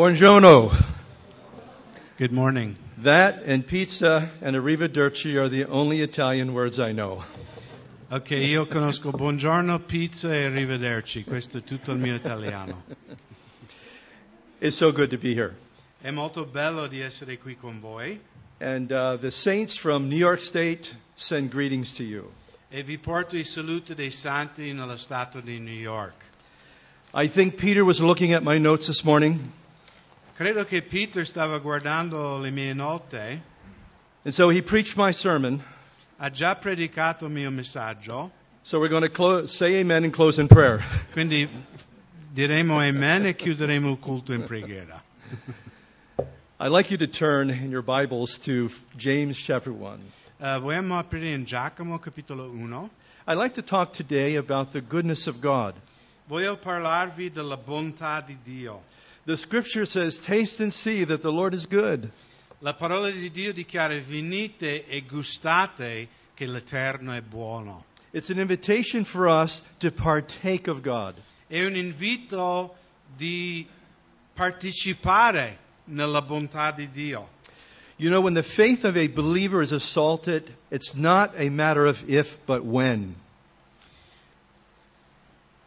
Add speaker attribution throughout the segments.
Speaker 1: Buongiorno.
Speaker 2: Good morning.
Speaker 1: That and pizza and arrivederci are the only Italian words I know.
Speaker 2: Ok, io conosco buongiorno, pizza e arrivederci. Questo è tutto il mio italiano.
Speaker 1: It's so good to be here.
Speaker 2: È molto bello di essere qui con voi
Speaker 1: And uh, the saints from New York State send greetings to you.
Speaker 2: e vi porto i saluti dei santi nello stato di New York.
Speaker 1: I think Peter was looking at my notes this morning,
Speaker 2: Credo che Peter stava guardando le mie note,
Speaker 1: and so he preached my sermon.
Speaker 2: ha già predicato il mio messaggio,
Speaker 1: So we're going to clo- say amen and close in prayer.
Speaker 2: quindi diremo amen e chiuderemo il culto in preghiera.
Speaker 1: I'd like you to turn in your Bibles to James chapter 1.
Speaker 2: Eh, vogliamo aprire in Giacomo capitolo 1.
Speaker 1: I'd like to talk today about the goodness of God.
Speaker 2: Voglio parlarvi della bontà di Dio.
Speaker 1: The scripture says, Taste and see that the Lord is good.
Speaker 2: La parola di Dio dichiara venite e gustate che l'Eterno è buono.
Speaker 1: It's an invitation for us to partake of God.
Speaker 2: È un invito di partecipare nella bontà di Dio.
Speaker 1: You know, when the faith of a believer is assaulted, it's not a matter of if, but when.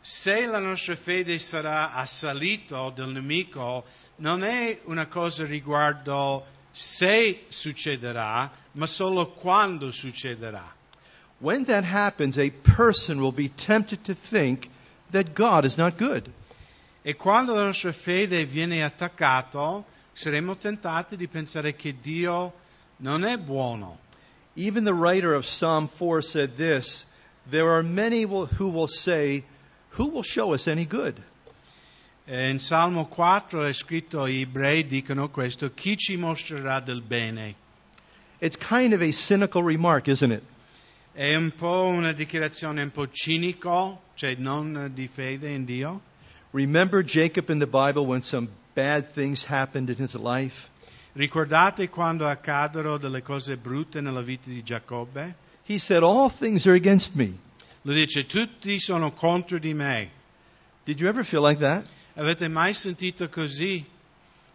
Speaker 2: Se la nostra fede sarà assalita dal nemico, non è una cosa riguardo se succederà, ma solo quando succederà.
Speaker 1: When that happens, a person will be tempted to think that God is not good.
Speaker 2: E quando la nostra fede viene attaccata, saremo tentati di pensare che Dio non è buono.
Speaker 1: Even the writer of Psalm 4 said this There are many will- who will say, Who will show us any good?
Speaker 2: Eh, In Salmo 4 è scritto, gli ebrei dicono questo, chi ci mostrerà del bene?
Speaker 1: It's kind of a cynical remark, isn't it?
Speaker 2: È un po' una dichiarazione un po' cinico, cioè non di fede in Dio.
Speaker 1: Remember Jacob in the Bible when some bad things happened in his life?
Speaker 2: Ricordate quando accaddero delle cose brutte nella vita di Giacobbe?
Speaker 1: He said, All things are against me.
Speaker 2: Lui dice, tutti sono contro di me.
Speaker 1: Did you ever feel like that?
Speaker 2: Avete mai sentito così?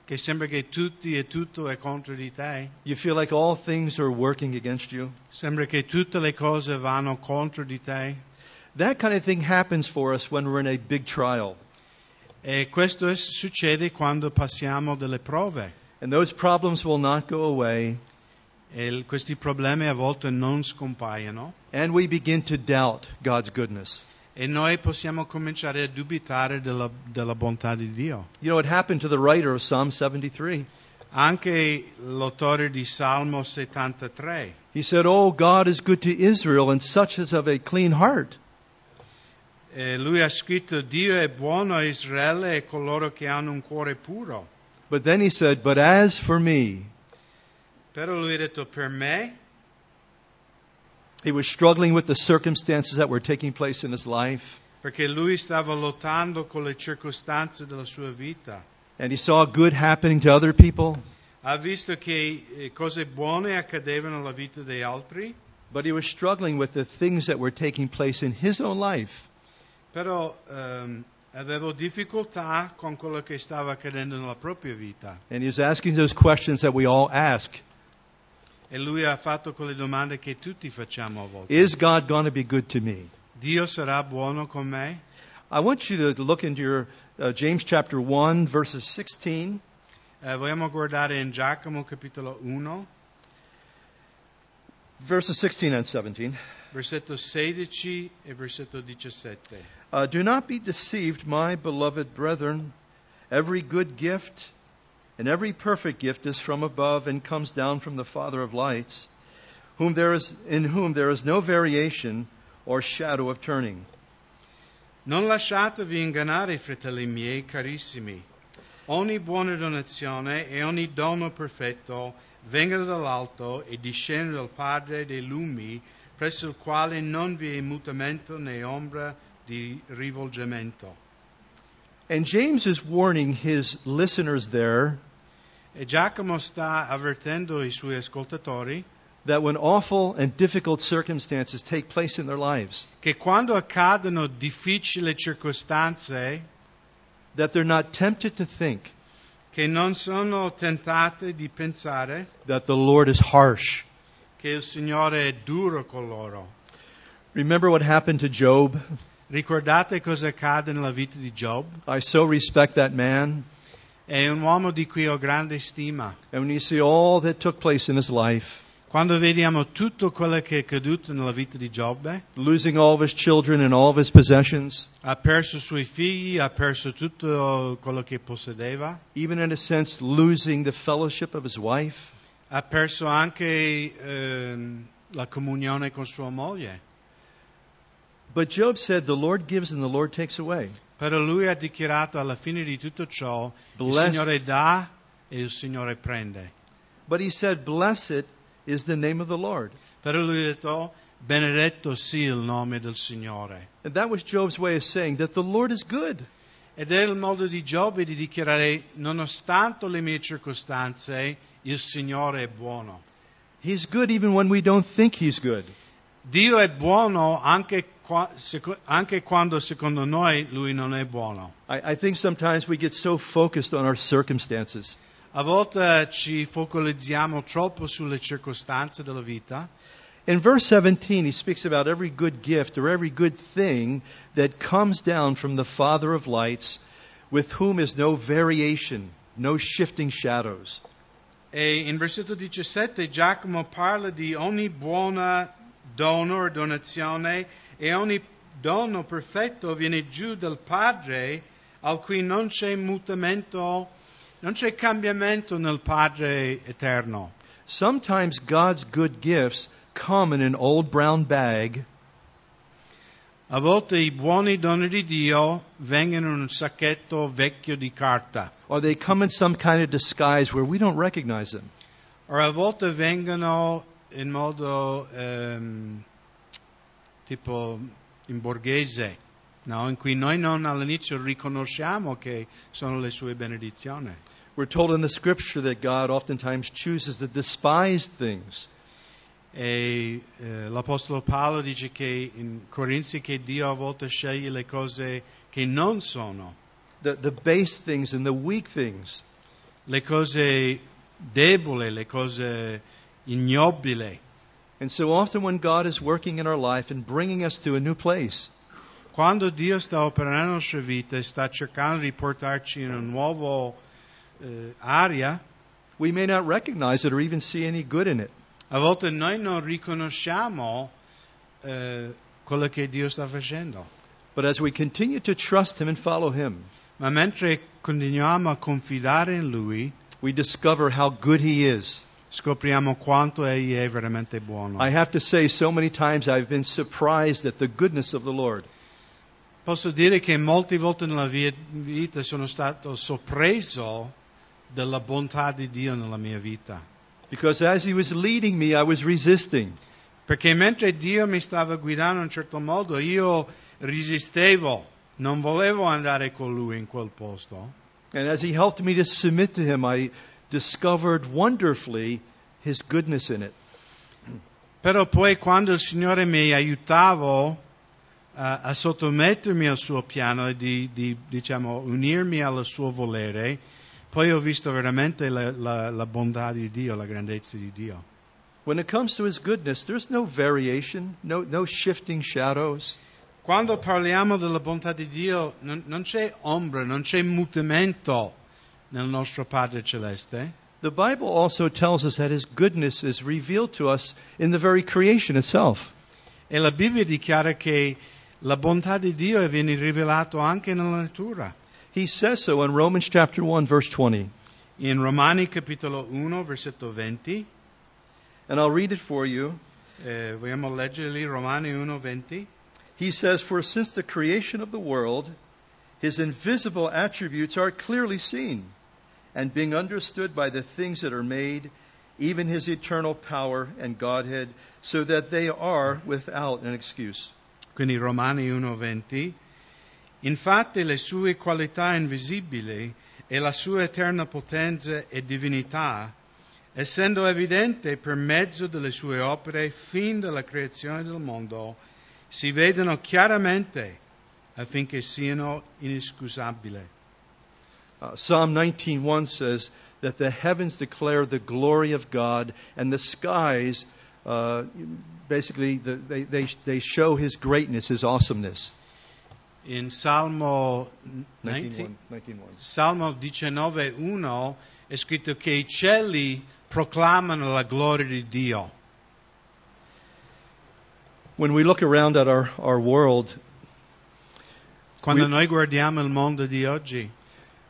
Speaker 2: Che sembra che tutti e tutto è contro di te?
Speaker 1: You feel like all things are working against you?
Speaker 2: Sembra che tutte le cose vanno contro di te?
Speaker 1: That kind of thing happens for us when we're in a big trial.
Speaker 2: E questo è- succede quando passiamo delle prove.
Speaker 1: And those problems will not go away,
Speaker 2: E il- questi problemi a volte non scompaiono
Speaker 1: and we begin to doubt God's goodness.
Speaker 2: e noi possiamo cominciare a dubitare della, della bontà di Dio.
Speaker 1: You know, it happened to the writer of Psalm 73.
Speaker 2: Anche l'autore di Salmo 73
Speaker 1: He said, Oh, God is good to Israel, and such is of a clean heart.
Speaker 2: eh, lui ha scritto Dio è buono a Israele e coloro che hanno un cuore puro.
Speaker 1: But then he said, But as for me,
Speaker 2: Però lui ha detto per me
Speaker 1: he was struggling with the circumstances that were taking place in his life,
Speaker 2: perché lui stava lottando con le circostanze della sua vita.
Speaker 1: and he saw good happening to other people,
Speaker 2: Ha visto che eh, cose buone accadevano nella vita degli altri,
Speaker 1: but he was struggling with the things that were taking place in his own life.
Speaker 2: però ehm, avevo difficoltà con quello che stava accadendo nella propria vita.
Speaker 1: And he was asking those questions that we all ask
Speaker 2: E lui ha fatto quelle domande che tutti facciamo a volte.
Speaker 1: Is God going to be good to me?
Speaker 2: Dio sarà buono con me?
Speaker 1: I want you to look into your uh, James chapter 1, verses 16.
Speaker 2: Eh, vogliamo guardare in Giacomo capitolo 1,
Speaker 1: Verses 16 and 17.
Speaker 2: versetto 16 e versetto 17.
Speaker 1: Uh, Do not be deceived, my beloved brethren. Every good gift and every perfect gift is from above and comes down from the Father of lights, whom there is, in whom there is no variation or shadow of turning.
Speaker 2: Non lasciatevi ingannare, fratelli miei carissimi. Ogni buona donazione e ogni dono perfetto vengono dall'alto e discendono dal Padre dei lumi, presso il quale non vi è mutamento né ombra di rivolgimento.
Speaker 1: And James is warning his listeners there
Speaker 2: E Giacomo sta avvertendo i suoi ascoltatori
Speaker 1: that when awful and difficult circumstances take place in their lives,
Speaker 2: che quando accadono difficili circostanze,
Speaker 1: that they're not tempted to think,
Speaker 2: che che non sono tentate di pensare
Speaker 1: that the Lord is harsh.
Speaker 2: che il Signore è duro con loro.
Speaker 1: Remember what happened to Job?
Speaker 2: Ricordate cosa accade nella vita di Job?
Speaker 1: I so respect that man.
Speaker 2: È un uomo di cui ho grande stima.
Speaker 1: And when you see all that took place in his life,
Speaker 2: Quando vediamo tutto quello che è accaduto nella vita di Giobbe,
Speaker 1: losing all of his children and all of his possessions,
Speaker 2: ha perso i suoi figli, ha perso tutto quello che possedeva,
Speaker 1: even in a sense losing the fellowship of his wife,
Speaker 2: ha perso anche ehm, la comunione con sua moglie.
Speaker 1: but Job said, The Lord gives and the Lord takes away.
Speaker 2: Però lui ha dichiarato alla fine di tutto ciò, il
Speaker 1: Blessed,
Speaker 2: Signore dà e il Signore prende.
Speaker 1: but he said, Blessed is the name of the Lord.
Speaker 2: Però lui ha detto, benedetto sia il nome del Signore.
Speaker 1: And that was Job's way of saying that the Lord is good.
Speaker 2: Ed è il modo di Giobbe di dichiarare, nonostante le mie circostanze, il Signore è buono.
Speaker 1: He's good even when we don't think he's good.
Speaker 2: Dio è buono anche, qua- seco- anche quando secondo noi lui non è buono.
Speaker 1: I, I think sometimes we get so focused on our circumstances
Speaker 2: A volte ci focalizziamo troppo sulle circostanze della vita.
Speaker 1: In verse 17, he speaks about every good gift or every good thing that comes down from the Father of lights, with whom is no variation, no shifting shadows.
Speaker 2: E in versetto 17 Giacomo parla di ogni buona dono o donazione e ogni dono perfetto viene giù dal Padre al cui non c'è mutamento, non c'è cambiamento nel Padre eterno.
Speaker 1: Sometimes God's good gifts come in an old brown bag,
Speaker 2: A volte i buoni doni di Dio vengono in un sacchetto vecchio di carta,
Speaker 1: or they come in some kind of disguise where we don't recognize them.
Speaker 2: o a volte vengono in modo ehm, tipo in borghese, no? in cui noi non all'inizio riconosciamo che sono le sue benedizioni.
Speaker 1: We're told in the scripture that God oftentimes chooses the despised things.
Speaker 2: E eh, l'Apostolo Paolo dice che in Corinzi che Dio a volte sceglie le cose che non sono,
Speaker 1: The, the base things and the weak things.
Speaker 2: le cose deboli, le cose ignobili.
Speaker 1: And so often, when God is working in our life and bringing us to a new place,
Speaker 2: Quando Dio sta operando nella nostra vita e sta cercando di portarci in una nuova eh, area,
Speaker 1: we may not recognize it or even see any good in it.
Speaker 2: a volte noi non riconosciamo eh, quello che Dio sta facendo.
Speaker 1: But as we continue to trust Him and follow Him,
Speaker 2: Ma mentre continuiamo a confidare in Lui,
Speaker 1: we discover how good He is.
Speaker 2: scopriamo quanto Egli è veramente buono.
Speaker 1: I have to say, so many times I've been surprised at the goodness of the Lord.
Speaker 2: Posso dire che molte volte nella mia vita sono stato sorpreso della bontà di Dio nella mia vita.
Speaker 1: Because as He was leading me, I was resisting.
Speaker 2: Perché mentre Dio mi stava guidando in un certo modo, io resistevo, non volevo andare con lui in quel posto.
Speaker 1: And as He helped me to submit to Him, I discovered wonderfully His goodness in it.
Speaker 2: Però poi quando il Signore mi aiutava a, a sottomettermi al suo piano e di, di, diciamo, unirmi al suo volere, poi ho visto veramente la, la- la bontà di Dio, la grandezza di Dio.
Speaker 1: When it comes to His goodness, there's no variation, no, no shifting shadows.
Speaker 2: Quando parliamo della bontà di Dio non- non c'è ombra, non c'è mutamento nel nostro Padre Celeste.
Speaker 1: The Bible also tells us that His goodness is revealed to us in the very creation itself.
Speaker 2: E la Bibbia dichiara che la bontà di Dio viene rivelata anche nella natura.
Speaker 1: He says so in Romans chapter 1 verse 20.
Speaker 2: In Romani capitolo 1, versetto 20,
Speaker 1: And I'll read it for you.
Speaker 2: eh, vogliamo leggerli Romani 1, 20.
Speaker 1: He says, For since the creation of the world, His invisible attributes are clearly seen and being understood by the things that are made, even His eternal power and Godhead, so that they are without an excuse.
Speaker 2: Quindi Romani 1, 20. Infatti le sue qualità invisibili e la sua eterna potenza e divinità, essendo evidente per mezzo delle sue opere fin dalla creazione del mondo, si vedono chiaramente affinché siano inescusabili.
Speaker 1: Uh, Psalm 19:1 says that the heavens declare the glory of God, and the skies, uh, basically, the, they, they, they show His greatness, His awesomeness.
Speaker 2: In Salmo 19,
Speaker 1: 19:1. 19:1.
Speaker 2: Salmo 19:1 è scritto che i cieli proclamano la gloria di Dio.
Speaker 1: When we look around at our, our world,
Speaker 2: Quando
Speaker 1: We-
Speaker 2: noi guardiamo il mondo di oggi,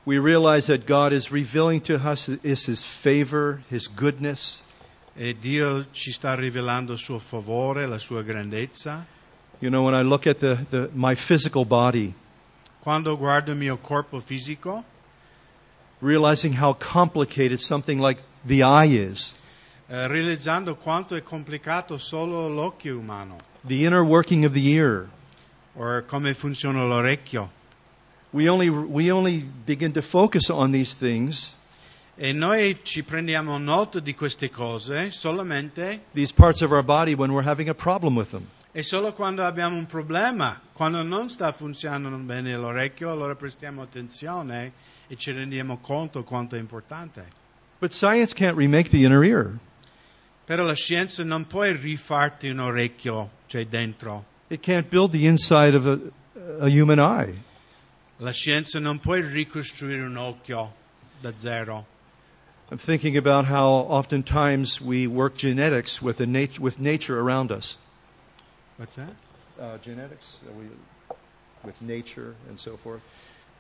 Speaker 1: we realize that God is revealing to us is His favor, His goodness.
Speaker 2: e Dio ci sta rivelando il suo favore, la sua grandezza,
Speaker 1: You know, when I look at the, the, my physical body,
Speaker 2: quando guardo il mio corpo fisico,
Speaker 1: realizing how complicated something like the eye is,
Speaker 2: eh, realizzando quanto è complicato solo l'occhio umano,
Speaker 1: the inner working of the ear,
Speaker 2: o come funziona l'orecchio.
Speaker 1: we only, we only begin to focus on these things,
Speaker 2: E noi ci prendiamo nota di queste cose solamente
Speaker 1: these parts of our body, when we're having a problem with them.
Speaker 2: e solo quando abbiamo un problema, quando non sta funzionando bene l'orecchio, allora prestiamo attenzione e ci rendiamo conto quanto è importante.
Speaker 1: But science can't remake the inner ear.
Speaker 2: Però la scienza non può rifarti un orecchio, cioè dentro.
Speaker 1: It can't build the inside of a, a human eye.
Speaker 2: La scienza non può ricostruire un occhio da zero.
Speaker 1: I'm thinking about how oftentimes we work genetics with, the nat- with nature around us.
Speaker 2: What's that?
Speaker 1: Uh, genetics we, with nature and so forth,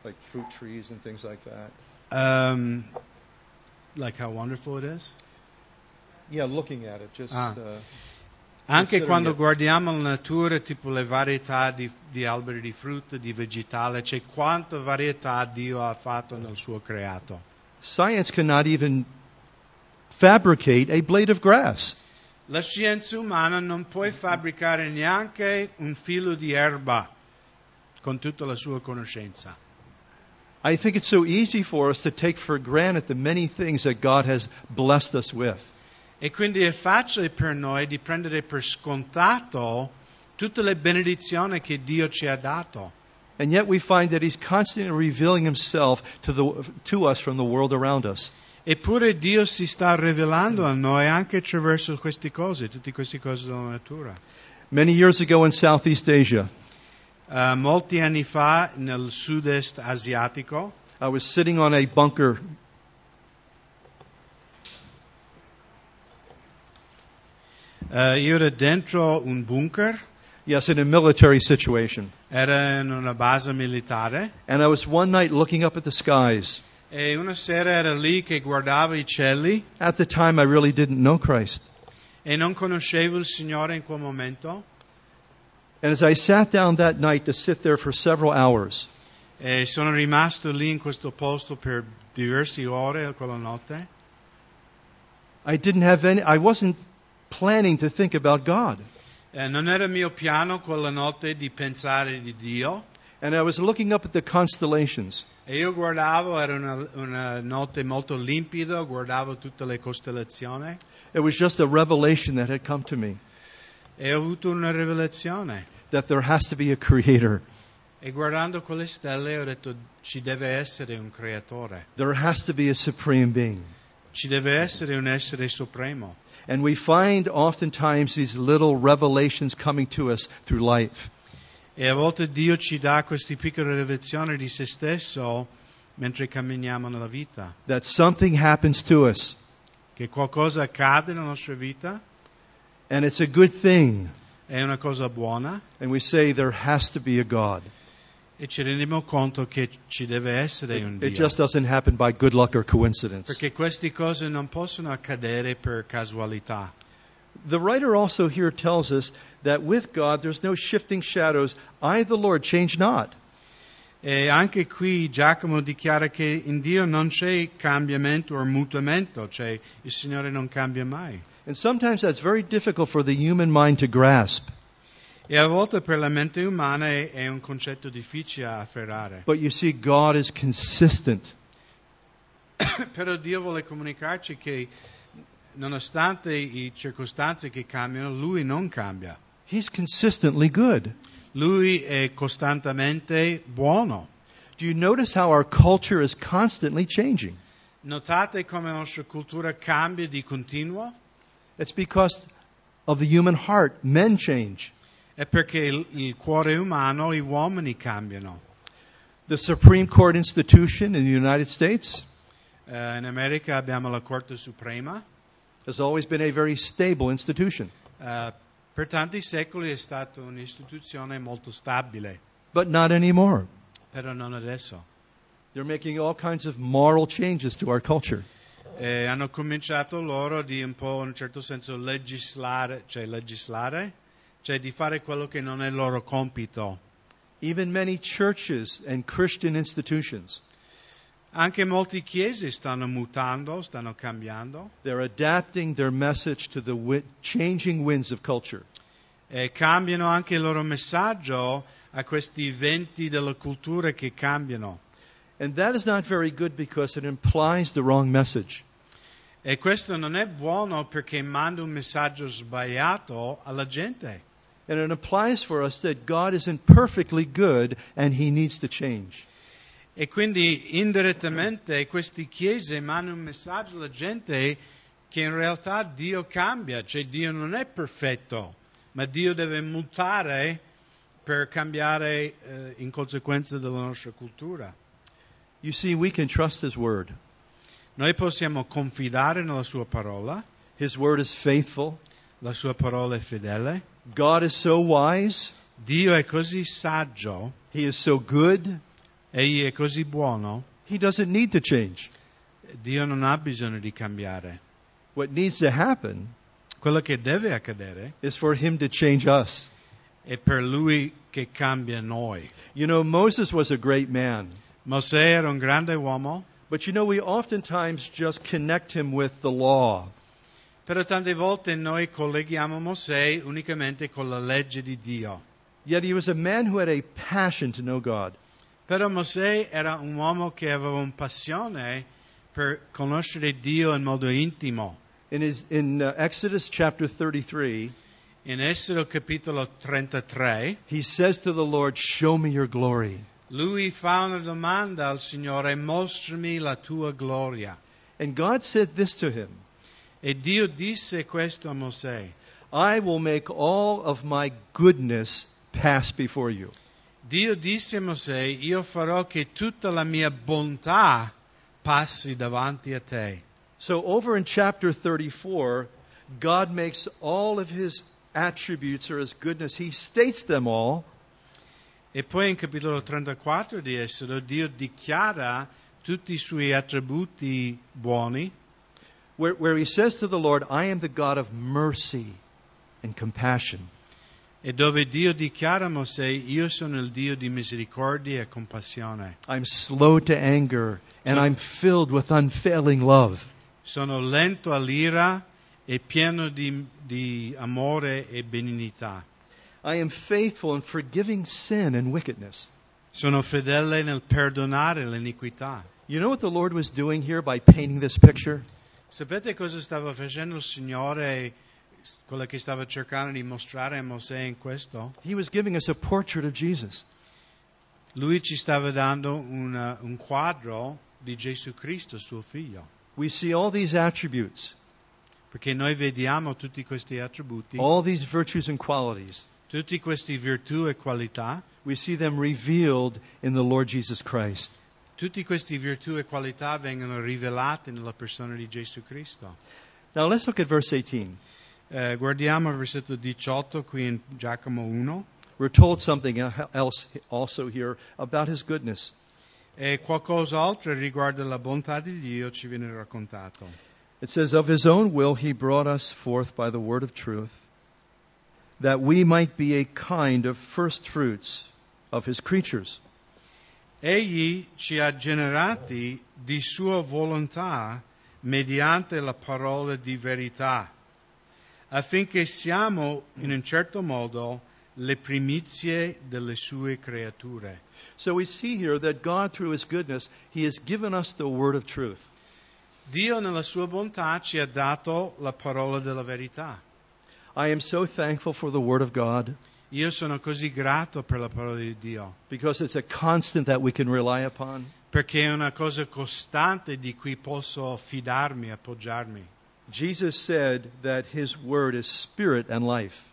Speaker 1: like fruit trees and things like that.
Speaker 2: Um, like how wonderful it is.
Speaker 1: Yeah, looking at it, just
Speaker 2: Ah.
Speaker 1: uh,
Speaker 2: Anche
Speaker 1: Considering
Speaker 2: quando
Speaker 1: it-
Speaker 2: guardiamo la natura, tipo le varietà di, di alberi di frutta, di vegetale, c'è quanta varietà Dio ha fatto nel suo creato.
Speaker 1: science cannot even fabricate a blade of grass.
Speaker 2: La scienza umana non può fabbricare neanche un filo di erba con tutta la sua conoscenza.
Speaker 1: I think it's so easy for us to take for granted the many things that God has blessed us with.
Speaker 2: E quindi è facile per noi di prendere per scontato tutte le benedizioni che Dio ci ha dato.
Speaker 1: And yet we find that He's constantly revealing Himself to, the, to us from the world around us.
Speaker 2: Eppure Dio si sta rivelando a noi anche attraverso queste cose, tutte queste cose della natura.
Speaker 1: Many years ago in Southeast Asia,
Speaker 2: Eh, molti anni fa nel sud-est asiatico
Speaker 1: I was sitting on a bunker.
Speaker 2: eh, io ero dentro un bunker,
Speaker 1: Yes, in a military situation.
Speaker 2: era in una base militare
Speaker 1: And I was one night looking up at the skies.
Speaker 2: e una sera ero lì che guardavo i cieli
Speaker 1: At the time, I really didn't know Christ.
Speaker 2: e non conoscevo il Signore in quel momento
Speaker 1: And as I sat down that night to sit there for several hours,
Speaker 2: e sono rimasto lì in questo posto per diverse ore quella notte
Speaker 1: I didn't have any, I wasn't planning to think about God.
Speaker 2: Eh, non era mio piano quella notte di pensare di Dio
Speaker 1: And I was looking up at the constellations.
Speaker 2: e io guardavo, era una, una notte molto limpida, guardavo tutte le costellazioni
Speaker 1: It was just a revelation that had come to me
Speaker 2: e ho avuto una rivelazione.
Speaker 1: that there has to be a creator.
Speaker 2: E guardando quelle stelle ho detto ci deve essere un creatore,
Speaker 1: There has to be a supreme being.
Speaker 2: ci deve essere un essere supremo.
Speaker 1: And we find oftentimes these little revelations coming to us through life.
Speaker 2: E a volte Dio ci dà queste piccole rivelazioni di se stesso mentre camminiamo nella vita,
Speaker 1: That something happens to us.
Speaker 2: che qualcosa accade nella nostra vita,
Speaker 1: And it's a good thing.
Speaker 2: è una cosa buona
Speaker 1: And we say there has to be a God.
Speaker 2: e ci rendiamo conto che ci deve essere un
Speaker 1: It, it
Speaker 2: Dio.
Speaker 1: just doesn't happen by good luck or coincidence.
Speaker 2: Perché queste cose non possono accadere per casualità.
Speaker 1: The writer also here tells us that with God there's no shifting shadows. I, the Lord, change not.
Speaker 2: E anche qui Giacomo dichiara che in Dio non c'è cambiamento o mutamento, cioè il Signore non cambia mai.
Speaker 1: And sometimes that's very difficult for the human mind to grasp.
Speaker 2: E a volte per la mente umana è, è un concetto difficile da afferrare.
Speaker 1: But you see, God is consistent.
Speaker 2: Però Dio vuole comunicarci che nonostante le circostanze che cambiano, Lui non cambia.
Speaker 1: He's consistently good.
Speaker 2: Lui è costantemente buono.
Speaker 1: Do you notice how our culture is constantly changing?
Speaker 2: Notate come la nostra cultura cambia di continuo?
Speaker 1: It's because of the human heart. Men change.
Speaker 2: È perché il, il cuore umano, gli uomini cambiano.
Speaker 1: The Supreme Court institution in the United States
Speaker 2: Eh, in America abbiamo la Corte Suprema,
Speaker 1: has always been a very stable institution,
Speaker 2: eh, per tanti secoli è stata un'istituzione molto stabile,
Speaker 1: but not anymore.
Speaker 2: però non adesso.
Speaker 1: They're making all kinds of moral changes to our culture.
Speaker 2: Eh, hanno cominciato loro di un po' in un certo senso legislare, cioè legislare, cioè di fare quello che non è il loro compito.
Speaker 1: Even many churches and Christian institutions,
Speaker 2: Anche molte chiese stanno mutando, stanno cambiando
Speaker 1: they're adapting their message to the wi- changing winds of culture.
Speaker 2: e cambiano anche il loro messaggio a questi venti della cultura che cambiano.
Speaker 1: And that is not very good because it implies the wrong message.
Speaker 2: E questo non è buono perché manda un messaggio sbagliato alla gente.
Speaker 1: And it implies for us that God isn't perfectly good and he needs to change.
Speaker 2: E quindi indirettamente queste chiese mandano un messaggio alla gente che in realtà Dio cambia, cioè Dio non è perfetto, ma Dio deve mutare per cambiare eh, in conseguenza della nostra cultura.
Speaker 1: You see, we can trust his word.
Speaker 2: Noi possiamo confidare nella sua parola,
Speaker 1: His word is faithful.
Speaker 2: la sua parola è fedele,
Speaker 1: God is so wise.
Speaker 2: Dio è così saggio,
Speaker 1: He is so good.
Speaker 2: egli è così buono,
Speaker 1: He doesn't need to change.
Speaker 2: Dio non ha bisogno di cambiare.
Speaker 1: What needs to happen
Speaker 2: Quello che deve accadere
Speaker 1: is for him to change us.
Speaker 2: è per lui che cambia noi.
Speaker 1: You know, Moses was a great man.
Speaker 2: Mosè era un grande uomo,
Speaker 1: But you know, we oftentimes just connect him with the law.
Speaker 2: però tante volte noi colleghiamo Mosè unicamente con la legge di Dio.
Speaker 1: Yet he was a man who had a passion to know God.
Speaker 2: Però Mosè era un uomo che aveva una passione per conoscere Dio in modo intimo.
Speaker 1: In, his, in uh, Exodus chapter 33,
Speaker 2: In Essero capitolo 33,
Speaker 1: he says to the Lord, Show me your glory.
Speaker 2: lui fa una domanda al Signore, mostrami la tua gloria.
Speaker 1: And God said this to him
Speaker 2: E Dio disse questo a Mosè,
Speaker 1: I will make all of my goodness pass before you.
Speaker 2: Dio disse a Mosè, io farò che tutta la mia bontà passi davanti a te.
Speaker 1: So, over in chapter 34, God makes all of his attributes or his goodness, he states them all,
Speaker 2: E poi in capitolo 34 di Esodo Dio dichiara tutti i suoi attributi buoni,
Speaker 1: where, where he says to the Lord, I am the God of mercy and compassion.
Speaker 2: e dove Dio dichiara a Mosè, io sono il Dio di misericordia e compassione,
Speaker 1: I'm slow to anger, and I'm filled with unfailing love.
Speaker 2: sono lento all'ira e pieno di, di amore e benignità,
Speaker 1: I am faithful in forgiving sin and wickedness.
Speaker 2: sono fedele nel perdonare l'iniquità.
Speaker 1: You know what the Lord was doing here by painting this picture?
Speaker 2: Sapete cosa stava facendo il Signore, quello che stava cercando di mostrare a Mosè in questo?
Speaker 1: He was giving us a portrait of Jesus.
Speaker 2: Lui ci stava dando una- un quadro di Gesù Cristo, suo figlio,
Speaker 1: We see all these attributes,
Speaker 2: perché noi vediamo tutti questi attributi,
Speaker 1: all these virtues and qualities.
Speaker 2: tutte queste virtù e qualità,
Speaker 1: We see them revealed in the Lord Jesus Christ.
Speaker 2: tutte queste virtù e qualità vengono rivelate nella persona di Gesù Cristo.
Speaker 1: Now let's look at verse 18.
Speaker 2: Eh, guardiamo il versetto 18 qui in Giacomo 1,
Speaker 1: We're told something else also here about his goodness.
Speaker 2: e qualcos'altro riguardo la bontà di Dio ci viene raccontato.
Speaker 1: It says, Of his own will he brought us forth by the word of truth, that we might be a kind of first fruits of his creatures.
Speaker 2: Egli ci ha generati di sua volontà mediante la parola di verità, affinché siamo in un certo modo le primizie delle sue creature.
Speaker 1: So we see here that God, through his goodness, he has given us the word of truth.
Speaker 2: Dio nella sua bontà ci ha dato la parola della verità.
Speaker 1: I am so thankful for the word of God.
Speaker 2: Io sono così grato per la parola di Dio,
Speaker 1: because it's a constant that we can rely upon.
Speaker 2: perché è una cosa costante di cui posso fidarmi, appoggiarmi.
Speaker 1: Jesus said that his word is spirit and life.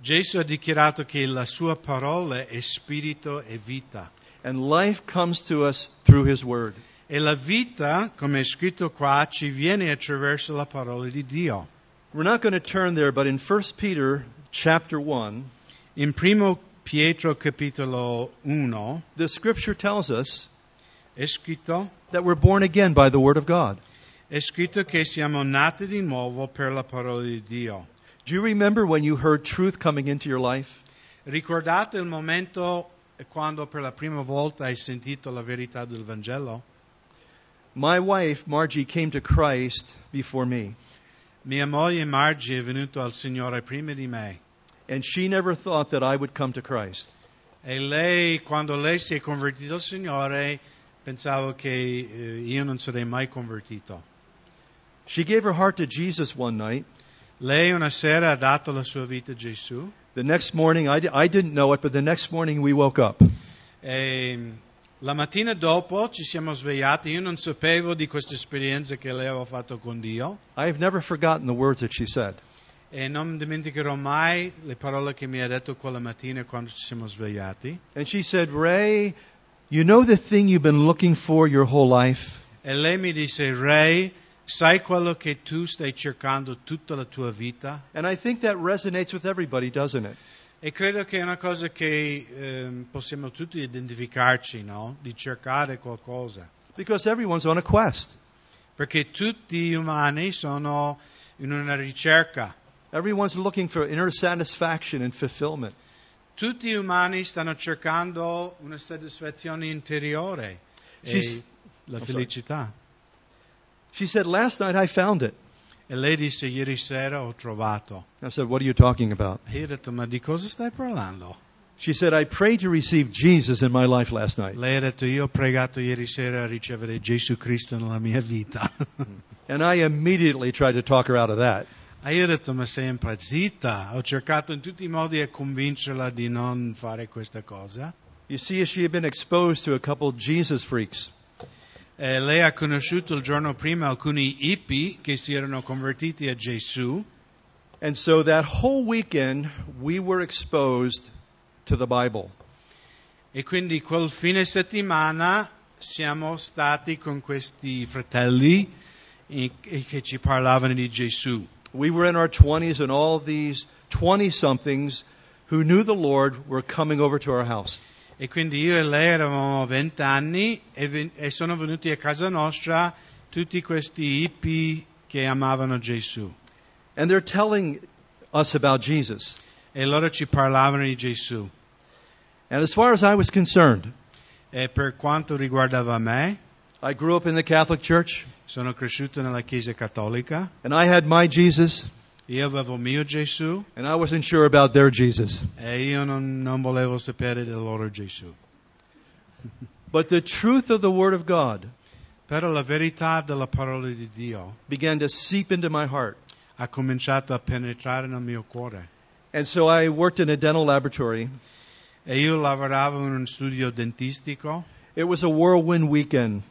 Speaker 2: Gesù ha dichiarato che la sua parola è spirito e vita.
Speaker 1: And life comes to us through his word.
Speaker 2: E la vita, come è scritto qua, ci viene attraverso la parola di Dio.
Speaker 1: We're not going to turn there, but in 1 Peter chapter 1,
Speaker 2: In primo Pietro capitolo 1
Speaker 1: the scripture tells us
Speaker 2: è scritto,
Speaker 1: that we're born again by the word of God.
Speaker 2: è scritto che siamo nati di nuovo per la parola di Dio.
Speaker 1: Do you remember when you heard truth coming into your life?
Speaker 2: Ricordate il momento quando per la prima volta hai sentito la verità del Vangelo?
Speaker 1: My wife, Margie, came to Christ before me,
Speaker 2: Mia moglie Margie è venuta al Signore prima di me
Speaker 1: and she never thought that I would come to Christ.
Speaker 2: e lei, quando lei si è convertita al Signore, pensavo che eh, io non sarei mai convertito.
Speaker 1: She gave her heart to Jesus one night.
Speaker 2: Lei una sera ha dato la sua vita a Gesù
Speaker 1: The next morning, I, di- I didn't know it, but the next morning we woke up.
Speaker 2: e mm, la mattina dopo ci siamo svegliati, io non sapevo di questa esperienza che lei aveva fatto con Dio
Speaker 1: I've never forgotten the words that she said.
Speaker 2: e non dimenticherò mai le parole che mi ha detto quella mattina quando ci siamo svegliati.
Speaker 1: And she said, Ray, you know the thing you've been looking for your whole life?
Speaker 2: E lei mi disse, Ray, sai quello che tu stai cercando tutta la tua vita?
Speaker 1: And I think that resonates with everybody, doesn't it?
Speaker 2: E credo che è una cosa che ehm, possiamo tutti identificarci, no? Di cercare qualcosa.
Speaker 1: Because everyone's on a quest.
Speaker 2: Perché tutti gli umani sono in una ricerca.
Speaker 1: Everyone's looking for inner satisfaction and fulfillment.
Speaker 2: Tutti gli umani stanno cercando una soddisfazione interiore
Speaker 1: Sì,
Speaker 2: e
Speaker 1: s-
Speaker 2: la
Speaker 1: I'm sorry.
Speaker 2: felicità.
Speaker 1: She said, Last night I found it.
Speaker 2: E lei disse, ieri sera ho trovato.
Speaker 1: I said, What are you talking about?
Speaker 2: E io ho detto, ma di cosa stai parlando?
Speaker 1: She said, I prayed to receive Jesus in my life last night.
Speaker 2: Lei ha detto, io ho pregato ieri sera a ricevere Gesù Cristo nella mia vita.
Speaker 1: Mm. And I immediately tried to talk her out of that.
Speaker 2: E Ah, io ho detto, ma sei impazzita? Ho cercato in tutti i modi a convincerla di non fare questa cosa.
Speaker 1: You see, she had been exposed to a couple Jesus freaks.
Speaker 2: Eh, lei ha conosciuto il giorno prima alcuni hippie che si erano convertiti a Gesù
Speaker 1: And so that whole weekend, we were exposed to the Bible.
Speaker 2: e quindi quel fine settimana siamo stati con questi fratelli eh, che ci parlavano di Gesù.
Speaker 1: We were in our 20s, and all these 20 somethings who knew the Lord were coming over to our house.
Speaker 2: E quindi io e lei eravamo 20 anni e, ven- e sono venuti a casa nostra tutti questi hippie che amavano Gesù.
Speaker 1: And they're telling us about Jesus.
Speaker 2: E loro ci parlavano di Gesù.
Speaker 1: And as far as I was concerned,
Speaker 2: E per quanto riguardava me,
Speaker 1: I grew up in the Catholic Church,
Speaker 2: sono cresciuto nella Chiesa Cattolica,
Speaker 1: and I had my Jesus,
Speaker 2: io avevo mio Gesù
Speaker 1: and I wasn't sure about their Jesus.
Speaker 2: e io non, non volevo sapere del loro Gesù.
Speaker 1: But the truth of the Word of God
Speaker 2: Però la verità della parola di Dio
Speaker 1: began to seep into my heart.
Speaker 2: ha cominciato a penetrare nel mio cuore.
Speaker 1: And so I worked in a dental laboratory.
Speaker 2: E io lavoravo in uno studio dentistico,
Speaker 1: It was a whirlwind weekend.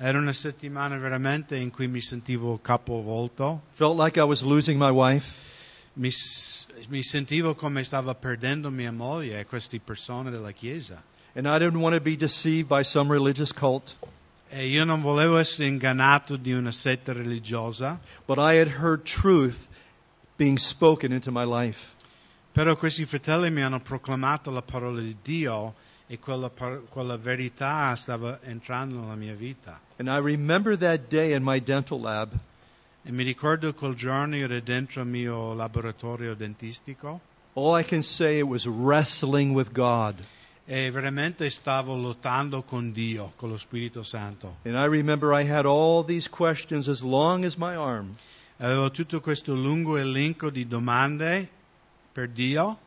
Speaker 2: era una settimana veramente in cui mi sentivo capovolto,
Speaker 1: Felt like I was losing my wife.
Speaker 2: mi, s- mi sentivo come stavo perdendo mia moglie e queste persone della Chiesa.
Speaker 1: And I didn't want to be deceived by some religious cult.
Speaker 2: E io non volevo essere ingannato di una setta religiosa,
Speaker 1: But I had heard truth being spoken into my life.
Speaker 2: però questi fratelli mi hanno proclamato la parola di Dio e quella, par- quella verità stava entrando nella mia vita.
Speaker 1: And I remember that day in my dental lab.
Speaker 2: E mi ricordo quel giorno io ero dentro il mio laboratorio dentistico
Speaker 1: All I can say it was wrestling with God.
Speaker 2: e veramente stavo lottando con Dio, con lo Spirito Santo.
Speaker 1: And I remember I had all these questions as long as my arm.
Speaker 2: Avevo tutto questo lungo elenco di domande per Dio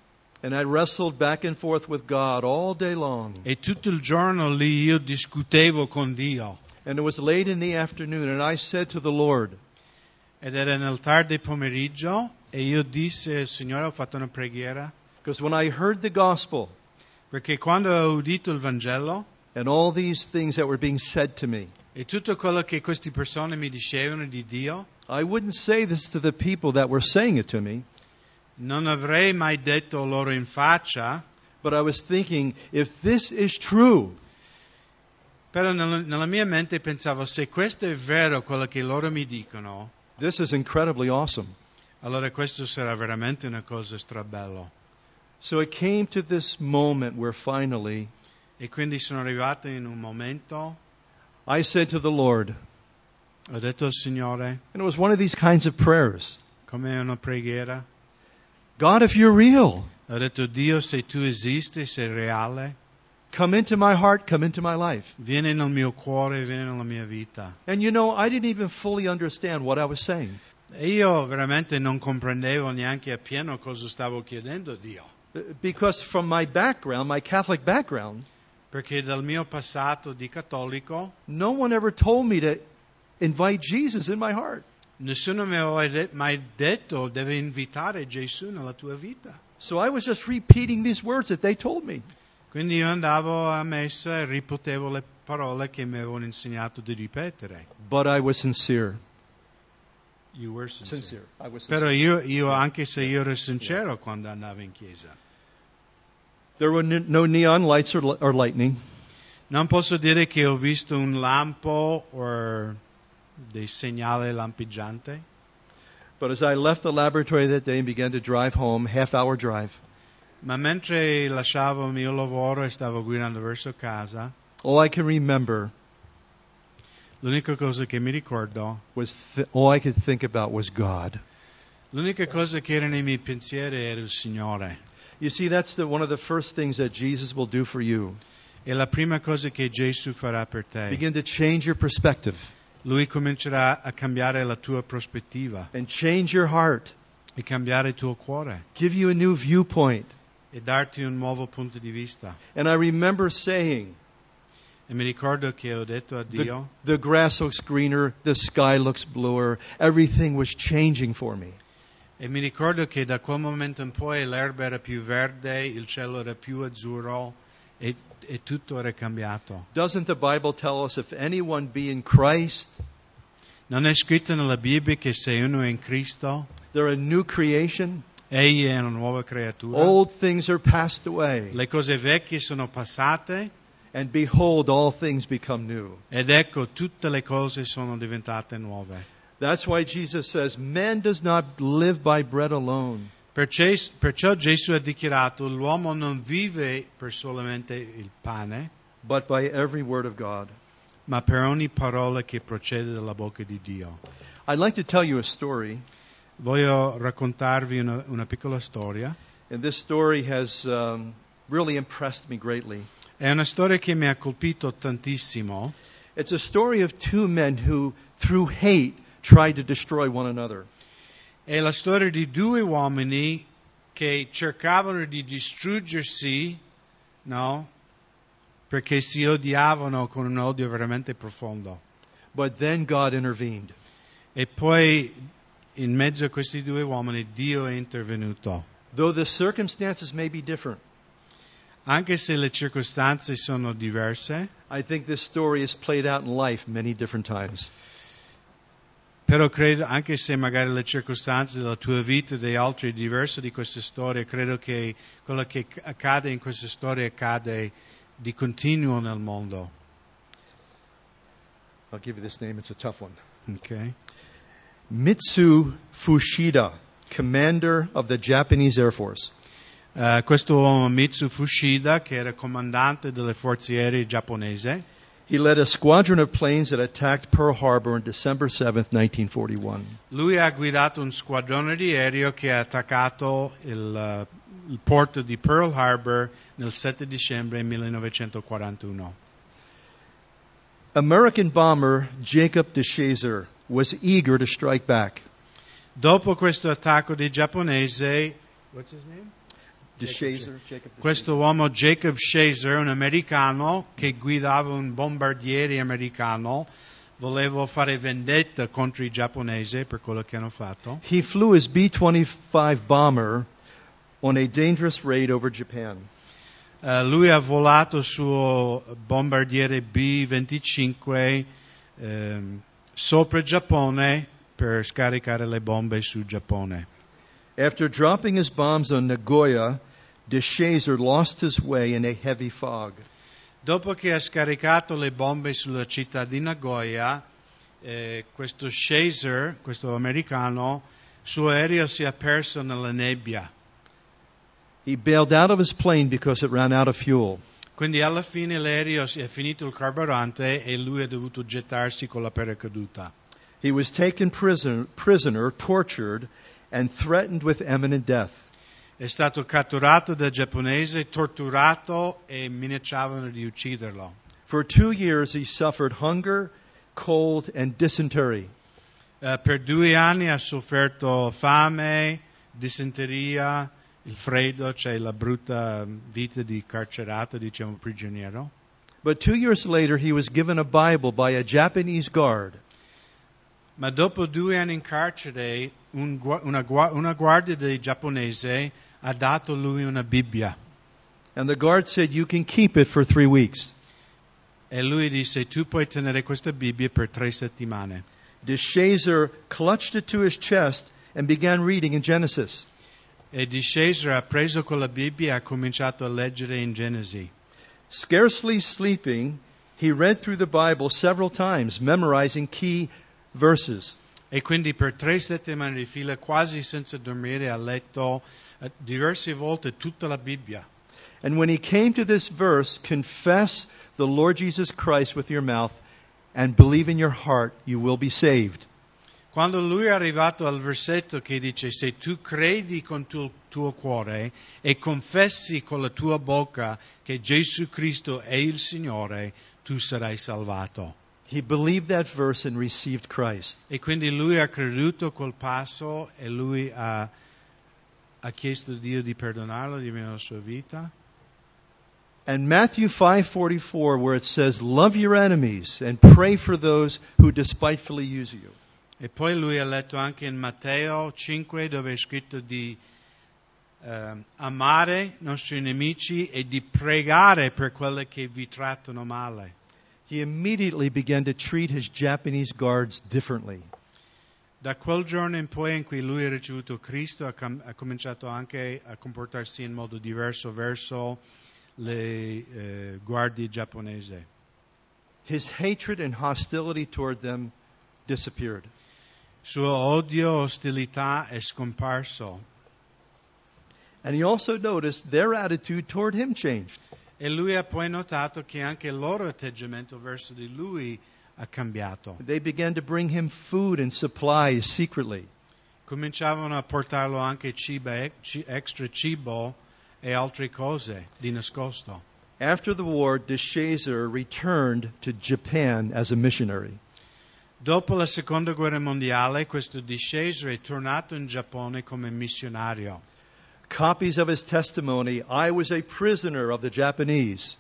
Speaker 1: And I wrestled back and forth with God all day long.
Speaker 2: e tutto il giorno lì io discutevo con Dio.
Speaker 1: And it was late in the afternoon, and I said to the Lord,
Speaker 2: Ed era nel tardo pomeriggio e io disse, Signore, ho fatto una preghiera
Speaker 1: Because when I heard the gospel
Speaker 2: perché quando ho udito il Vangelo
Speaker 1: and all these things that were being said to me,
Speaker 2: e tutto quello che queste persone mi dicevano di Dio,
Speaker 1: I wouldn't say this to the people that were saying it to me,
Speaker 2: non avrei mai detto loro in faccia,
Speaker 1: but I was thinking, if this is true,
Speaker 2: però nella, nella mia mente pensavo se questo è vero quello che loro mi dicono,
Speaker 1: this is incredibly awesome.
Speaker 2: allora questo sarà veramente una cosa strabello.
Speaker 1: So it came to this moment where finally
Speaker 2: E quindi sono arrivato in un momento,
Speaker 1: I said to the Lord,
Speaker 2: ho detto al Signore,
Speaker 1: and it was one of these kinds of prayers
Speaker 2: come una preghiera,
Speaker 1: God, if you're real,
Speaker 2: ho detto Dio se tu esisti, sei reale,
Speaker 1: come into my heart, come into my life.
Speaker 2: vieni nel mio cuore, vieni nella mia vita.
Speaker 1: And you know, I didn't even fully understand what I was saying.
Speaker 2: E io veramente non comprendevo neanche appieno cosa stavo chiedendo a Dio.
Speaker 1: Uh, Because from my background, my Catholic background,
Speaker 2: Perché dal mio passato di cattolico
Speaker 1: no one ever told me to invite Jesus in my heart.
Speaker 2: nessuno mi aveva mai detto devi invitare Gesù nella tua vita.
Speaker 1: So I was just repeating these words that they told me.
Speaker 2: Quindi io andavo a messa e ripetevo le parole che mi avevano insegnato di ripetere.
Speaker 1: But I was sincere.
Speaker 2: You were sincere.
Speaker 1: I was
Speaker 2: Però io, io, anche se io ero sincero quando andavo in chiesa,
Speaker 1: There were n- no neon lights or, li- or lightning.
Speaker 2: non posso dire che ho visto un lampo o dei segnali lampeggianti.
Speaker 1: But as I left the laboratory that day and began to drive home, half hour drive,
Speaker 2: Ma mentre lasciavo il mio lavoro e stavo guidando verso casa,
Speaker 1: all I can remember
Speaker 2: l'unica cosa che mi ricordo,
Speaker 1: was th- all I could think about was God.
Speaker 2: l'unica cosa che era nei miei pensieri era il Signore.
Speaker 1: You see, that's the, one of the first things that Jesus will do for you.
Speaker 2: È la prima cosa che Gesù farà per te.
Speaker 1: Begin to change your perspective
Speaker 2: Lui comincerà a cambiare la tua prospettiva
Speaker 1: and change your heart,
Speaker 2: e cambiare il tuo cuore
Speaker 1: give you a new viewpoint.
Speaker 2: e darti un nuovo punto di vista.
Speaker 1: And I remember saying,
Speaker 2: E mi ricordo che ho detto a Dio,
Speaker 1: the grass looks greener, the sky looks bluer, everything was changing for me.
Speaker 2: e mi ricordo che da quel momento in poi l'erba era più verde, il cielo era più azzurro e- e tutto era cambiato.
Speaker 1: Doesn't the Bible tell us if anyone be in Christ,
Speaker 2: Non è scritto nella Bibbia che se uno è in Cristo,
Speaker 1: they're a new creation?
Speaker 2: egli è una nuova creatura.
Speaker 1: Old things are passed away,
Speaker 2: Le cose vecchie sono passate
Speaker 1: and behold, all things become new.
Speaker 2: ed ecco tutte le cose sono diventate nuove.
Speaker 1: That's why Jesus says, Man does not live by bread alone,
Speaker 2: Perce- Perciò Gesù ha dichiarato l'uomo non vive per solamente il pane,
Speaker 1: but by every word of God.
Speaker 2: ma per ogni parola che procede dalla bocca di Dio.
Speaker 1: I'd like to tell you a story,
Speaker 2: Voglio raccontarvi una, una piccola storia.
Speaker 1: and this story has um, really impressed me greatly.
Speaker 2: È una storia che mi ha colpito tantissimo.
Speaker 1: It's a story of two men who, through hate, tried to destroy one another.
Speaker 2: È la storia di due uomini che cercavano di distruggersi, no? Perché si odiavano con un odio veramente profondo.
Speaker 1: But then God intervened.
Speaker 2: E poi in mezzo a questi due uomini Dio è intervenuto.
Speaker 1: Though the circumstances may be different,
Speaker 2: Anche se le circostanze sono diverse,
Speaker 1: I think this story is played out in life many different times.
Speaker 2: però credo, anche se magari le circostanze della tua vita e di altri è diverse di questa storia, credo che quello che accade in questa storia accade di continuo nel mondo.
Speaker 1: I'll give you this name, it's a tough one.
Speaker 2: ok?
Speaker 1: Mitsu Fushida, commander of the Japanese Air Force.
Speaker 2: Eh, questo uomo Mitsu Fushida, che era comandante delle forze aeree giapponese,
Speaker 1: He led a squadron of planes that attacked Pearl Harbor on December 7th, 1941.
Speaker 2: lui ha guidato un squadrone di aereo che ha attaccato il, eh, il porto di Pearl Harbor nel 7 dicembre 1941.
Speaker 1: American bomber Jacob DeShazer was eager to strike back.
Speaker 2: Dopo questo attacco dei giapponesi, what's his name?
Speaker 1: DeShazer, Jacob
Speaker 2: questo uomo Jacob Shazer, un americano che guidava un bombardiere americano, voleva fare vendetta contro i giapponesi per quello che hanno fatto.
Speaker 1: He flew his B 25 bomber on a dangerous raid over Japan.
Speaker 2: Eh, lui ha volato il suo bombardiere B-25 ehm, sopra il Giappone per scaricare le bombe su Giappone.
Speaker 1: After dropping his bombs on Nagoya, De Shazer lost his way in a heavy fog.
Speaker 2: Dopo che ha scaricato le bombe sulla città di Nagoya, eh, questo Shazer, questo americano, il suo aereo si è perso nella nebbia.
Speaker 1: He bailed out of his plane because it ran out of fuel.
Speaker 2: Quindi alla fine l'aereo si è finito il carburante e lui ha dovuto gettarsi con la paracaduta.
Speaker 1: He was taken prison, prisoner, tortured, and threatened with imminent death.
Speaker 2: È stato catturato dal giapponese, torturato e minacciavano di ucciderlo.
Speaker 1: For two years, he suffered hunger, cold, and dysentery.
Speaker 2: Eh, per due anni ha sofferto fame, dissenteria, il freddo, cioè la brutta vita di carcerato, diciamo prigioniero.
Speaker 1: But two years later, he was given a Bible by a Japanese guard.
Speaker 2: Ma dopo due anni in carcere, un gua- una, gua- una guardia dei giapponese ha dato lui una Bibbia
Speaker 1: And the guard said, You can keep it for three weeks.
Speaker 2: e lui disse tu puoi tenere questa Bibbia per tre settimane.
Speaker 1: Deshazer clutched it to his chest and began reading in Genesis.
Speaker 2: E di Cesare ha preso quella Bibbia e ha cominciato a leggere in Genesi.
Speaker 1: Scarcely sleeping, he read through the Bible several times, memorizing key verses.
Speaker 2: E quindi per tre settimane di fila, quasi senza dormire, ha letto eh, diverse volte tutta la Bibbia.
Speaker 1: And when he came to this verse, confess the Lord Jesus Christ with your mouth and believe in your heart, you will be saved.
Speaker 2: Quando lui è arrivato al versetto che dice se tu credi con tu- tuo cuore e confessi con la tua bocca che Gesù Cristo è il Signore, tu sarai salvato.
Speaker 1: He believed that verse and received Christ.
Speaker 2: E quindi lui ha creduto col passo e lui ha, ha chiesto a Dio di perdonarlo, di venire la sua vita.
Speaker 1: And Matthew 5:44 where it says love your enemies and pray for those who despitefully use you.
Speaker 2: E poi lui ha letto anche in Matteo 5 dove è scritto di ehm, amare i nostri nemici e di pregare per quelli che vi trattano male.
Speaker 1: He immediately began to treat his Japanese guards differently.
Speaker 2: Da quel giorno in poi in cui lui ha ricevuto Cristo ha, cam- ha cominciato anche a comportarsi in modo diverso verso le eh, guardie giapponesi.
Speaker 1: His hatred and hostility toward them disappeared.
Speaker 2: Suo odio, ostilità è scomparso
Speaker 1: And he also noticed their attitude toward him changed.
Speaker 2: e lui ha poi notato che anche il loro atteggiamento verso di lui ha cambiato.
Speaker 1: They began to bring him food and supplies secretly.
Speaker 2: Cominciavano a portarlo anche cibo, ci- extra cibo e altre cose di nascosto.
Speaker 1: After the war, Deshazer returned to Japan as a missionary.
Speaker 2: Dopo la seconda guerra mondiale, questo disceso è tornato in Giappone come missionario.
Speaker 1: Copies of his testimony, I was a prisoner of the Japanese.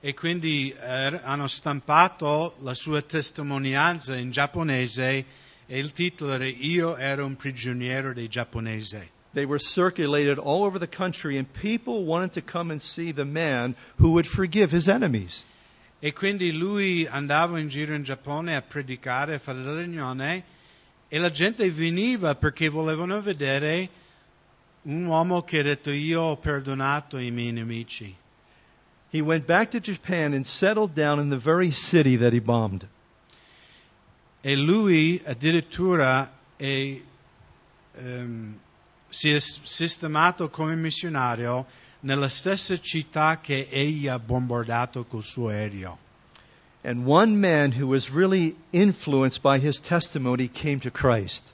Speaker 2: E quindi eh, hanno stampato la sua testimonianza in giapponese e il titolo era Io ero un prigioniero dei giapponesi.
Speaker 1: They were circulated all over the country, and people wanted to come and see the man who would forgive his enemies.
Speaker 2: E quindi lui andava in giro in Giappone a predicare, a fare le riunioni e la gente veniva perché volevano vedere un uomo che ha detto io ho perdonato i miei nemici.
Speaker 1: He went back to Japan and settled down in the very city that he bombed.
Speaker 2: E lui addirittura è, ehm, si è s- sistemato come missionario nella stessa città che egli ha bombardato col suo aereo.
Speaker 1: And one man who was really influenced by his testimony came to Christ.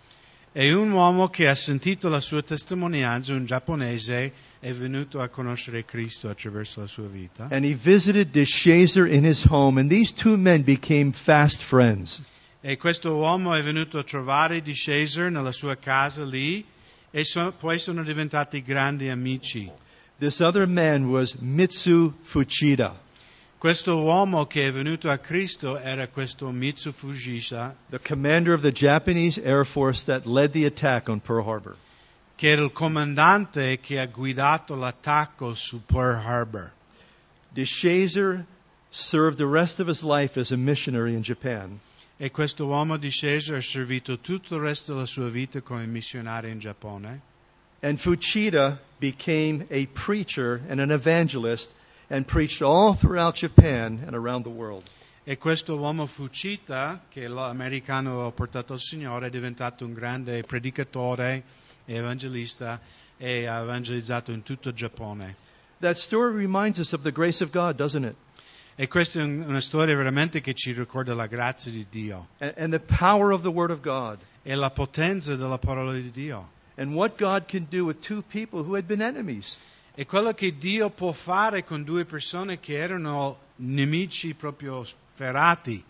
Speaker 2: E un uomo che ha sentito la sua testimonianza, un giapponese, è venuto a conoscere Cristo attraverso la sua vita.
Speaker 1: And he visited Deshazer in his home, and these two men became fast friends.
Speaker 2: E questo uomo è venuto a trovare di Caesar nella sua casa lì e so- poi sono diventati grandi amici.
Speaker 1: This other man was Mitsu Fuchida,
Speaker 2: Questo uomo che è venuto a Cristo era questo Mitsu Fujisa,
Speaker 1: the commander of the Japanese Air Force that led the attack on Pearl Harbor.
Speaker 2: che era il comandante che ha guidato l'attacco su Pearl Harbor.
Speaker 1: De Shazer served the rest of his life as a missionary in Japan.
Speaker 2: E questo uomo di Cesare ha servito tutto il resto della sua vita come missionario in Giappone.
Speaker 1: And Fuchida became a preacher and an evangelist and preached all throughout Japan and around the world.
Speaker 2: E questo uomo Fucita, che l'americano aveva portato al Signore, è diventato un grande predicatore e evangelista e ha evangelizzato in tutto il Giappone.
Speaker 1: That story reminds us of the grace of God, doesn't it?
Speaker 2: E questa è un- una storia veramente che ci ricorda la grazia di Dio
Speaker 1: And, and the power of the Word of God.
Speaker 2: e la potenza della parola di Dio.
Speaker 1: And what God can do with two people who had been enemies.
Speaker 2: E quello che Dio può fare con due persone che erano nemici proprio ferrati.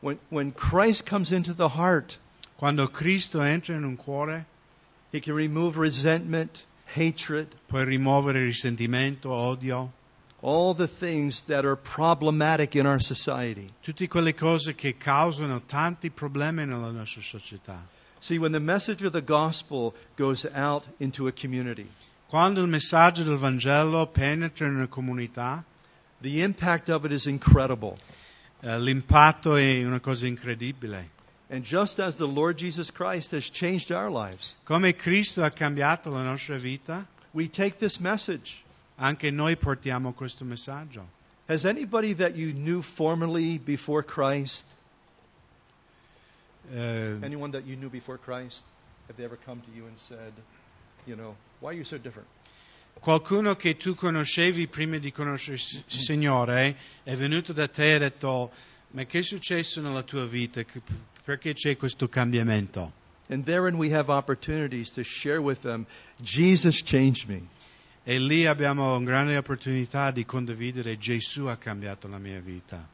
Speaker 1: When, when Christ comes into the heart,
Speaker 2: Quando Cristo entra in un cuore,
Speaker 1: He can remove resentment, hatred,
Speaker 2: può rimuovere risentimento, odio,
Speaker 1: all the things that are problematic in our society.
Speaker 2: tutte quelle cose che causano tanti problemi nella nostra società.
Speaker 1: See, when the message of the gospel goes out into a community,
Speaker 2: Quando il messaggio del Vangelo penetra in una comunità,
Speaker 1: the impact of it is incredible.
Speaker 2: eh, l'impatto è una cosa incredibile.
Speaker 1: And just as the Lord Jesus Christ has changed our lives,
Speaker 2: Come Cristo ha cambiato la nostra vita,
Speaker 1: we take this message.
Speaker 2: anche noi portiamo questo messaggio.
Speaker 1: Has anybody that you knew formerly before Christ,
Speaker 2: Eh,
Speaker 1: anyone that you knew before Christ, have they ever come to you and said, you know, why are you so different?
Speaker 2: qualcuno che tu conoscevi prima di conoscere il Signore è venuto da te e ha detto, ma che è successo nella tua vita? Che- Perché c'è questo cambiamento?
Speaker 1: And therein we have opportunities to share with them, Jesus changed me.
Speaker 2: E lì abbiamo una grande opportunità di condividere Gesù ha cambiato la mia vita.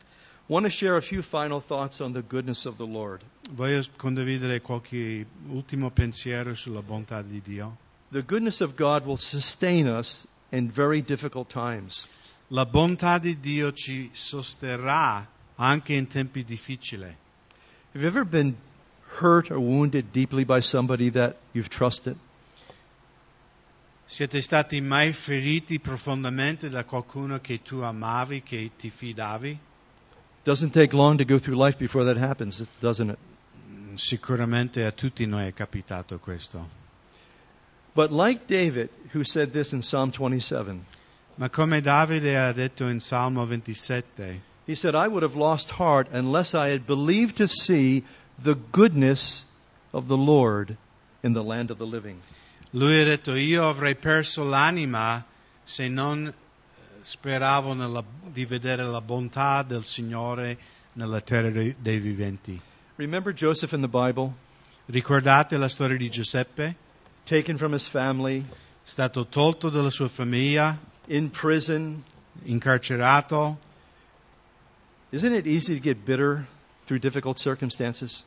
Speaker 1: Want to share a few final thoughts on the goodness of the Lord.
Speaker 2: Voglio condividere qualche ultimo pensiero sulla bontà di Dio.
Speaker 1: The goodness of God will sustain us in very difficult times.
Speaker 2: La bontà di Dio ci sosterrà anche in tempi difficili.
Speaker 1: Have you ever been hurt or wounded deeply by somebody that you've trusted?
Speaker 2: Siete stati mai feriti profondamente da qualcuno che tu amavi, che ti fidavi?
Speaker 1: Doesn't take long to go through life before that happens, doesn't it?
Speaker 2: Mm, Sicuramente a tutti noi è capitato questo.
Speaker 1: But like David, who said this in Psalm 27,
Speaker 2: Ma come Davide ha detto in Salmo 27,
Speaker 1: he said, I would have lost heart unless I had believed to see the goodness of the Lord in the land of the living.
Speaker 2: Lui ha detto io avrei perso l'anima se non eh, speravo nella- di vedere la bontà del Signore nella terra dei, dei viventi.
Speaker 1: Remember Joseph in the Bible,
Speaker 2: Ricordate la storia di Giuseppe?
Speaker 1: taken from his family,
Speaker 2: È stato tolto dalla sua famiglia,
Speaker 1: in prison.
Speaker 2: incarcerato.
Speaker 1: Isn't it easy to get bitter through difficult circumstances?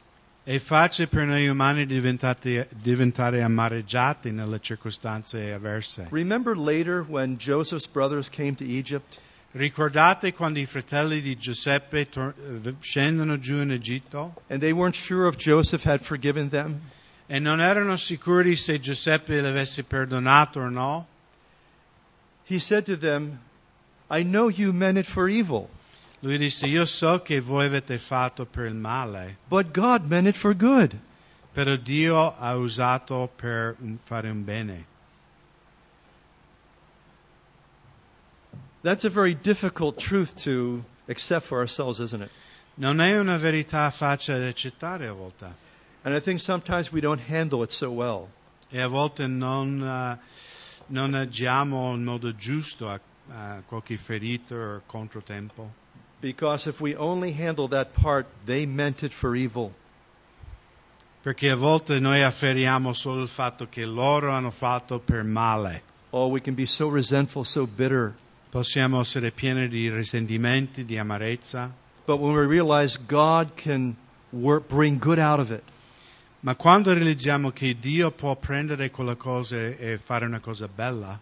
Speaker 2: È facile per noi umani diventati- diventare amareggiati nelle circostanze avverse.
Speaker 1: Remember later when Joseph's brothers came to Egypt?
Speaker 2: Ricordate quando i fratelli di Giuseppe tor- eh, scendono giù in Egitto?
Speaker 1: and they weren't sure if Joseph had forgiven them.
Speaker 2: E non erano sicuri se Giuseppe li avesse perdonato o no.
Speaker 1: He said to them, I know you meant it for evil,
Speaker 2: Lui disse, io so che voi avete fatto per il male,
Speaker 1: but God meant it for good.
Speaker 2: però Dio ha usato per un- fare un bene.
Speaker 1: That's a very difficult truth to accept for ourselves, isn't it?
Speaker 2: Non è una verità facile da accettare a volte.
Speaker 1: And I think sometimes we don't handle it so well.
Speaker 2: E a volte non, eh, non agiamo in modo giusto a, a qualche ferito o controtempo.
Speaker 1: Because if we only handle that part, they meant it for evil.
Speaker 2: Perché a volte noi afferriamo solo il fatto che loro hanno fatto per male.
Speaker 1: Oh, we can be so resentful, so bitter.
Speaker 2: Possiamo essere pieni di risentimenti, di amarezza.
Speaker 1: But when we realize God can work, bring good out of it,
Speaker 2: Ma quando realizziamo che Dio può prendere quella cosa e fare una cosa bella,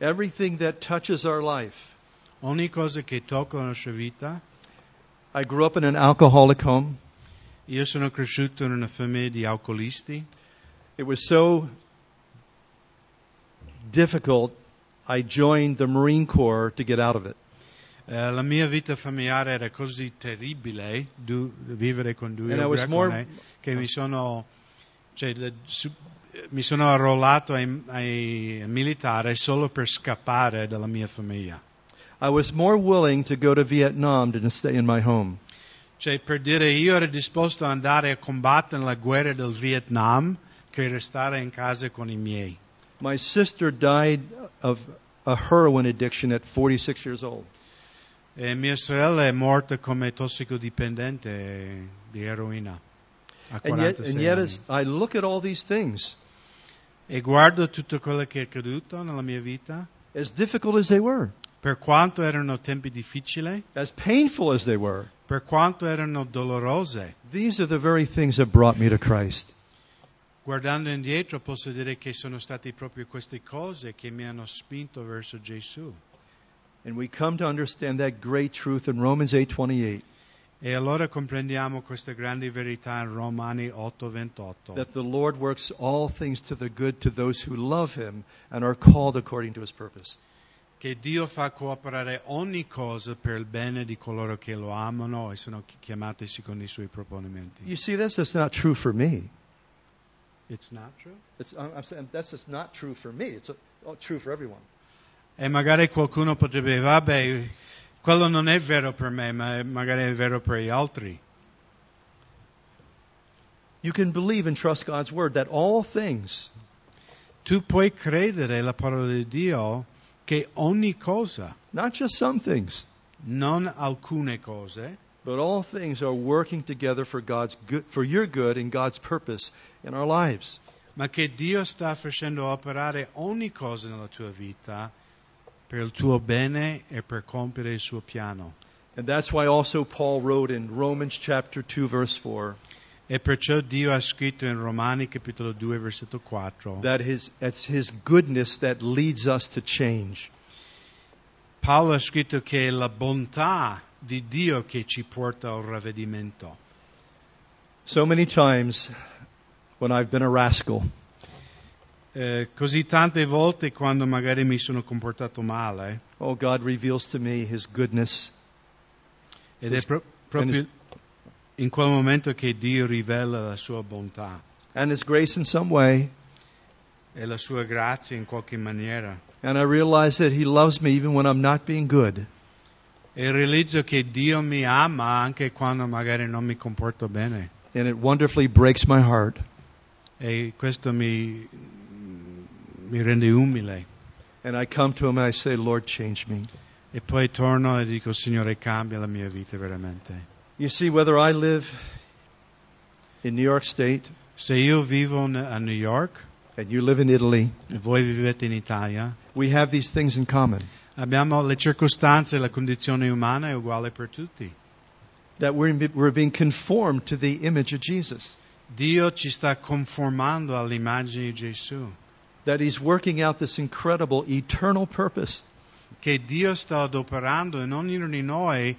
Speaker 1: everything that touches our life.
Speaker 2: ogni cosa che tocca la nostra vita,
Speaker 1: I grew up in an alcoholic home.
Speaker 2: io sono cresciuto in una famiglia di alcolisti
Speaker 1: It was so difficult, I joined the Marine Corps to get out of it.
Speaker 2: Eh, la mia vita familiare era così terribile, eh, du- vivere con due
Speaker 1: And I was more- Oh.
Speaker 2: ubriacone, che mi sono, cioè, le- su- eh, mi sono arruolato ai, ai militare solo per scappare dalla mia famiglia.
Speaker 1: I was more willing to go to Vietnam than to stay in my home.
Speaker 2: Cioè, per dire, io ero disposto ad andare a combattere la guerra del Vietnam che restare in casa con i miei.
Speaker 1: My sister died of a heroin addiction at 46 years old.
Speaker 2: E mia sorella è morta come tossicodipendente di eroina. A
Speaker 1: And yet,
Speaker 2: 46
Speaker 1: and yet
Speaker 2: anni.
Speaker 1: as I look at all these things,
Speaker 2: E guardo tutto quello che è accaduto nella mia vita.
Speaker 1: as difficult as they were,
Speaker 2: Per quanto erano tempi difficili,
Speaker 1: as painful as they were,
Speaker 2: per quanto erano dolorose,
Speaker 1: these are the very things that brought me to Christ.
Speaker 2: guardando indietro posso dire che sono state proprio queste cose che mi hanno spinto verso Gesù.
Speaker 1: And we come to understand that great truth in Romans 8:28
Speaker 2: E allora comprendiamo questa grande verità in Romani 8:28.
Speaker 1: that the Lord works all things to the good to those who love him and are called according to his purpose.
Speaker 2: che Dio fa cooperare ogni cosa per il bene di coloro che lo amano e sono chi- chiamati secondo i suoi proponimenti.
Speaker 1: You see that's just not true for me.
Speaker 2: It's not true.
Speaker 1: It's, I'm I'm saying that's just not true for me. It's uh, oh, true for everyone.
Speaker 2: E magari qualcuno potrebbe dire, vabbè, quello non è vero per me, ma è- magari è vero per gli altri.
Speaker 1: You can believe and trust God's word that all things
Speaker 2: Tu puoi credere la parola di Dio che ogni cosa,
Speaker 1: not just some things,
Speaker 2: non alcune cose,
Speaker 1: but all things are working together for God's good, for your good and God's purpose in our lives.
Speaker 2: ma che Dio sta facendo operare ogni cosa nella tua vita per il tuo bene e per compiere il suo piano.
Speaker 1: And that's why also Paul wrote in Romans chapter 2 verse 4
Speaker 2: E perciò Dio ha scritto in Romani capitolo 2 versetto 4,
Speaker 1: that his it's his goodness that leads us to change.
Speaker 2: Paolo ha scritto che è la bontà di Dio che ci porta al ravvedimento.
Speaker 1: So many times when I've been a rascal,
Speaker 2: Eh, così tante volte quando magari mi sono comportato male,
Speaker 1: oh God reveals to me his goodness
Speaker 2: ed è pro- proprio in quel momento che Dio rivela la sua bontà
Speaker 1: and his grace in some way,
Speaker 2: e la sua grazia in qualche maniera.
Speaker 1: and I realize that he loves me even when I'm not being good.
Speaker 2: E realizzo che Dio mi ama anche quando magari non mi comporto bene.
Speaker 1: and it wonderfully breaks my heart.
Speaker 2: E questo mi, mi rende umile.
Speaker 1: And I come to him and I say, Lord, change me.
Speaker 2: E poi torno e dico, Signore, cambia la mia vita veramente.
Speaker 1: You see, whether I live in New York State
Speaker 2: Se io vivo n- a New York
Speaker 1: and you live in Italy,
Speaker 2: e voi vivete in Italia,
Speaker 1: we have these things in common
Speaker 2: abbiamo le circostanze, la condizione umana è uguale per tutti.
Speaker 1: that we're, we're being conformed to the image of Jesus,
Speaker 2: Dio ci sta conformando all'immagine di Gesù,
Speaker 1: that he's working out this incredible eternal purpose
Speaker 2: che Dio sta adoperando in ognuno di noi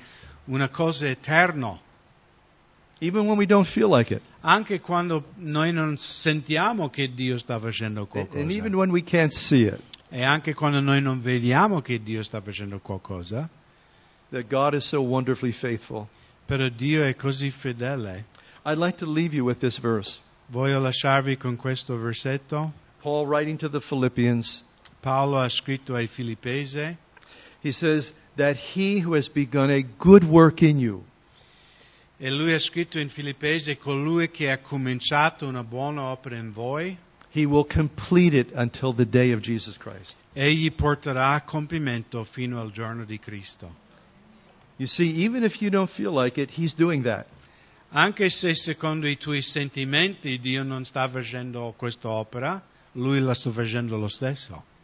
Speaker 2: una cosa eterna,
Speaker 1: even when we don't feel like it,
Speaker 2: anche quando noi non sentiamo che Dio sta facendo
Speaker 1: and even
Speaker 2: qualcosa.
Speaker 1: when we can't see it.
Speaker 2: E anche quando noi non vediamo che Dio sta facendo qualcosa,
Speaker 1: That God is so wonderfully faithful.
Speaker 2: però Dio è così fedele.
Speaker 1: I'd like to leave you with this verse.
Speaker 2: Voglio lasciarvi con questo versetto.
Speaker 1: Paul writing to the Philippians,
Speaker 2: Paolo ha scritto ai Filippesi
Speaker 1: He says that he who has begun a good work in you
Speaker 2: e lui ha scritto in Filippesi colui che ha cominciato una buona opera in voi
Speaker 1: He will complete it until the day of Jesus Christ.
Speaker 2: egli porterà a compimento fino al giorno di Cristo.
Speaker 1: You see, even if you don't feel like it, He's doing that.
Speaker 2: Anche se secondo i tuoi sentimenti Dio non sta facendo questa opera, lui la sta facendo lo stesso.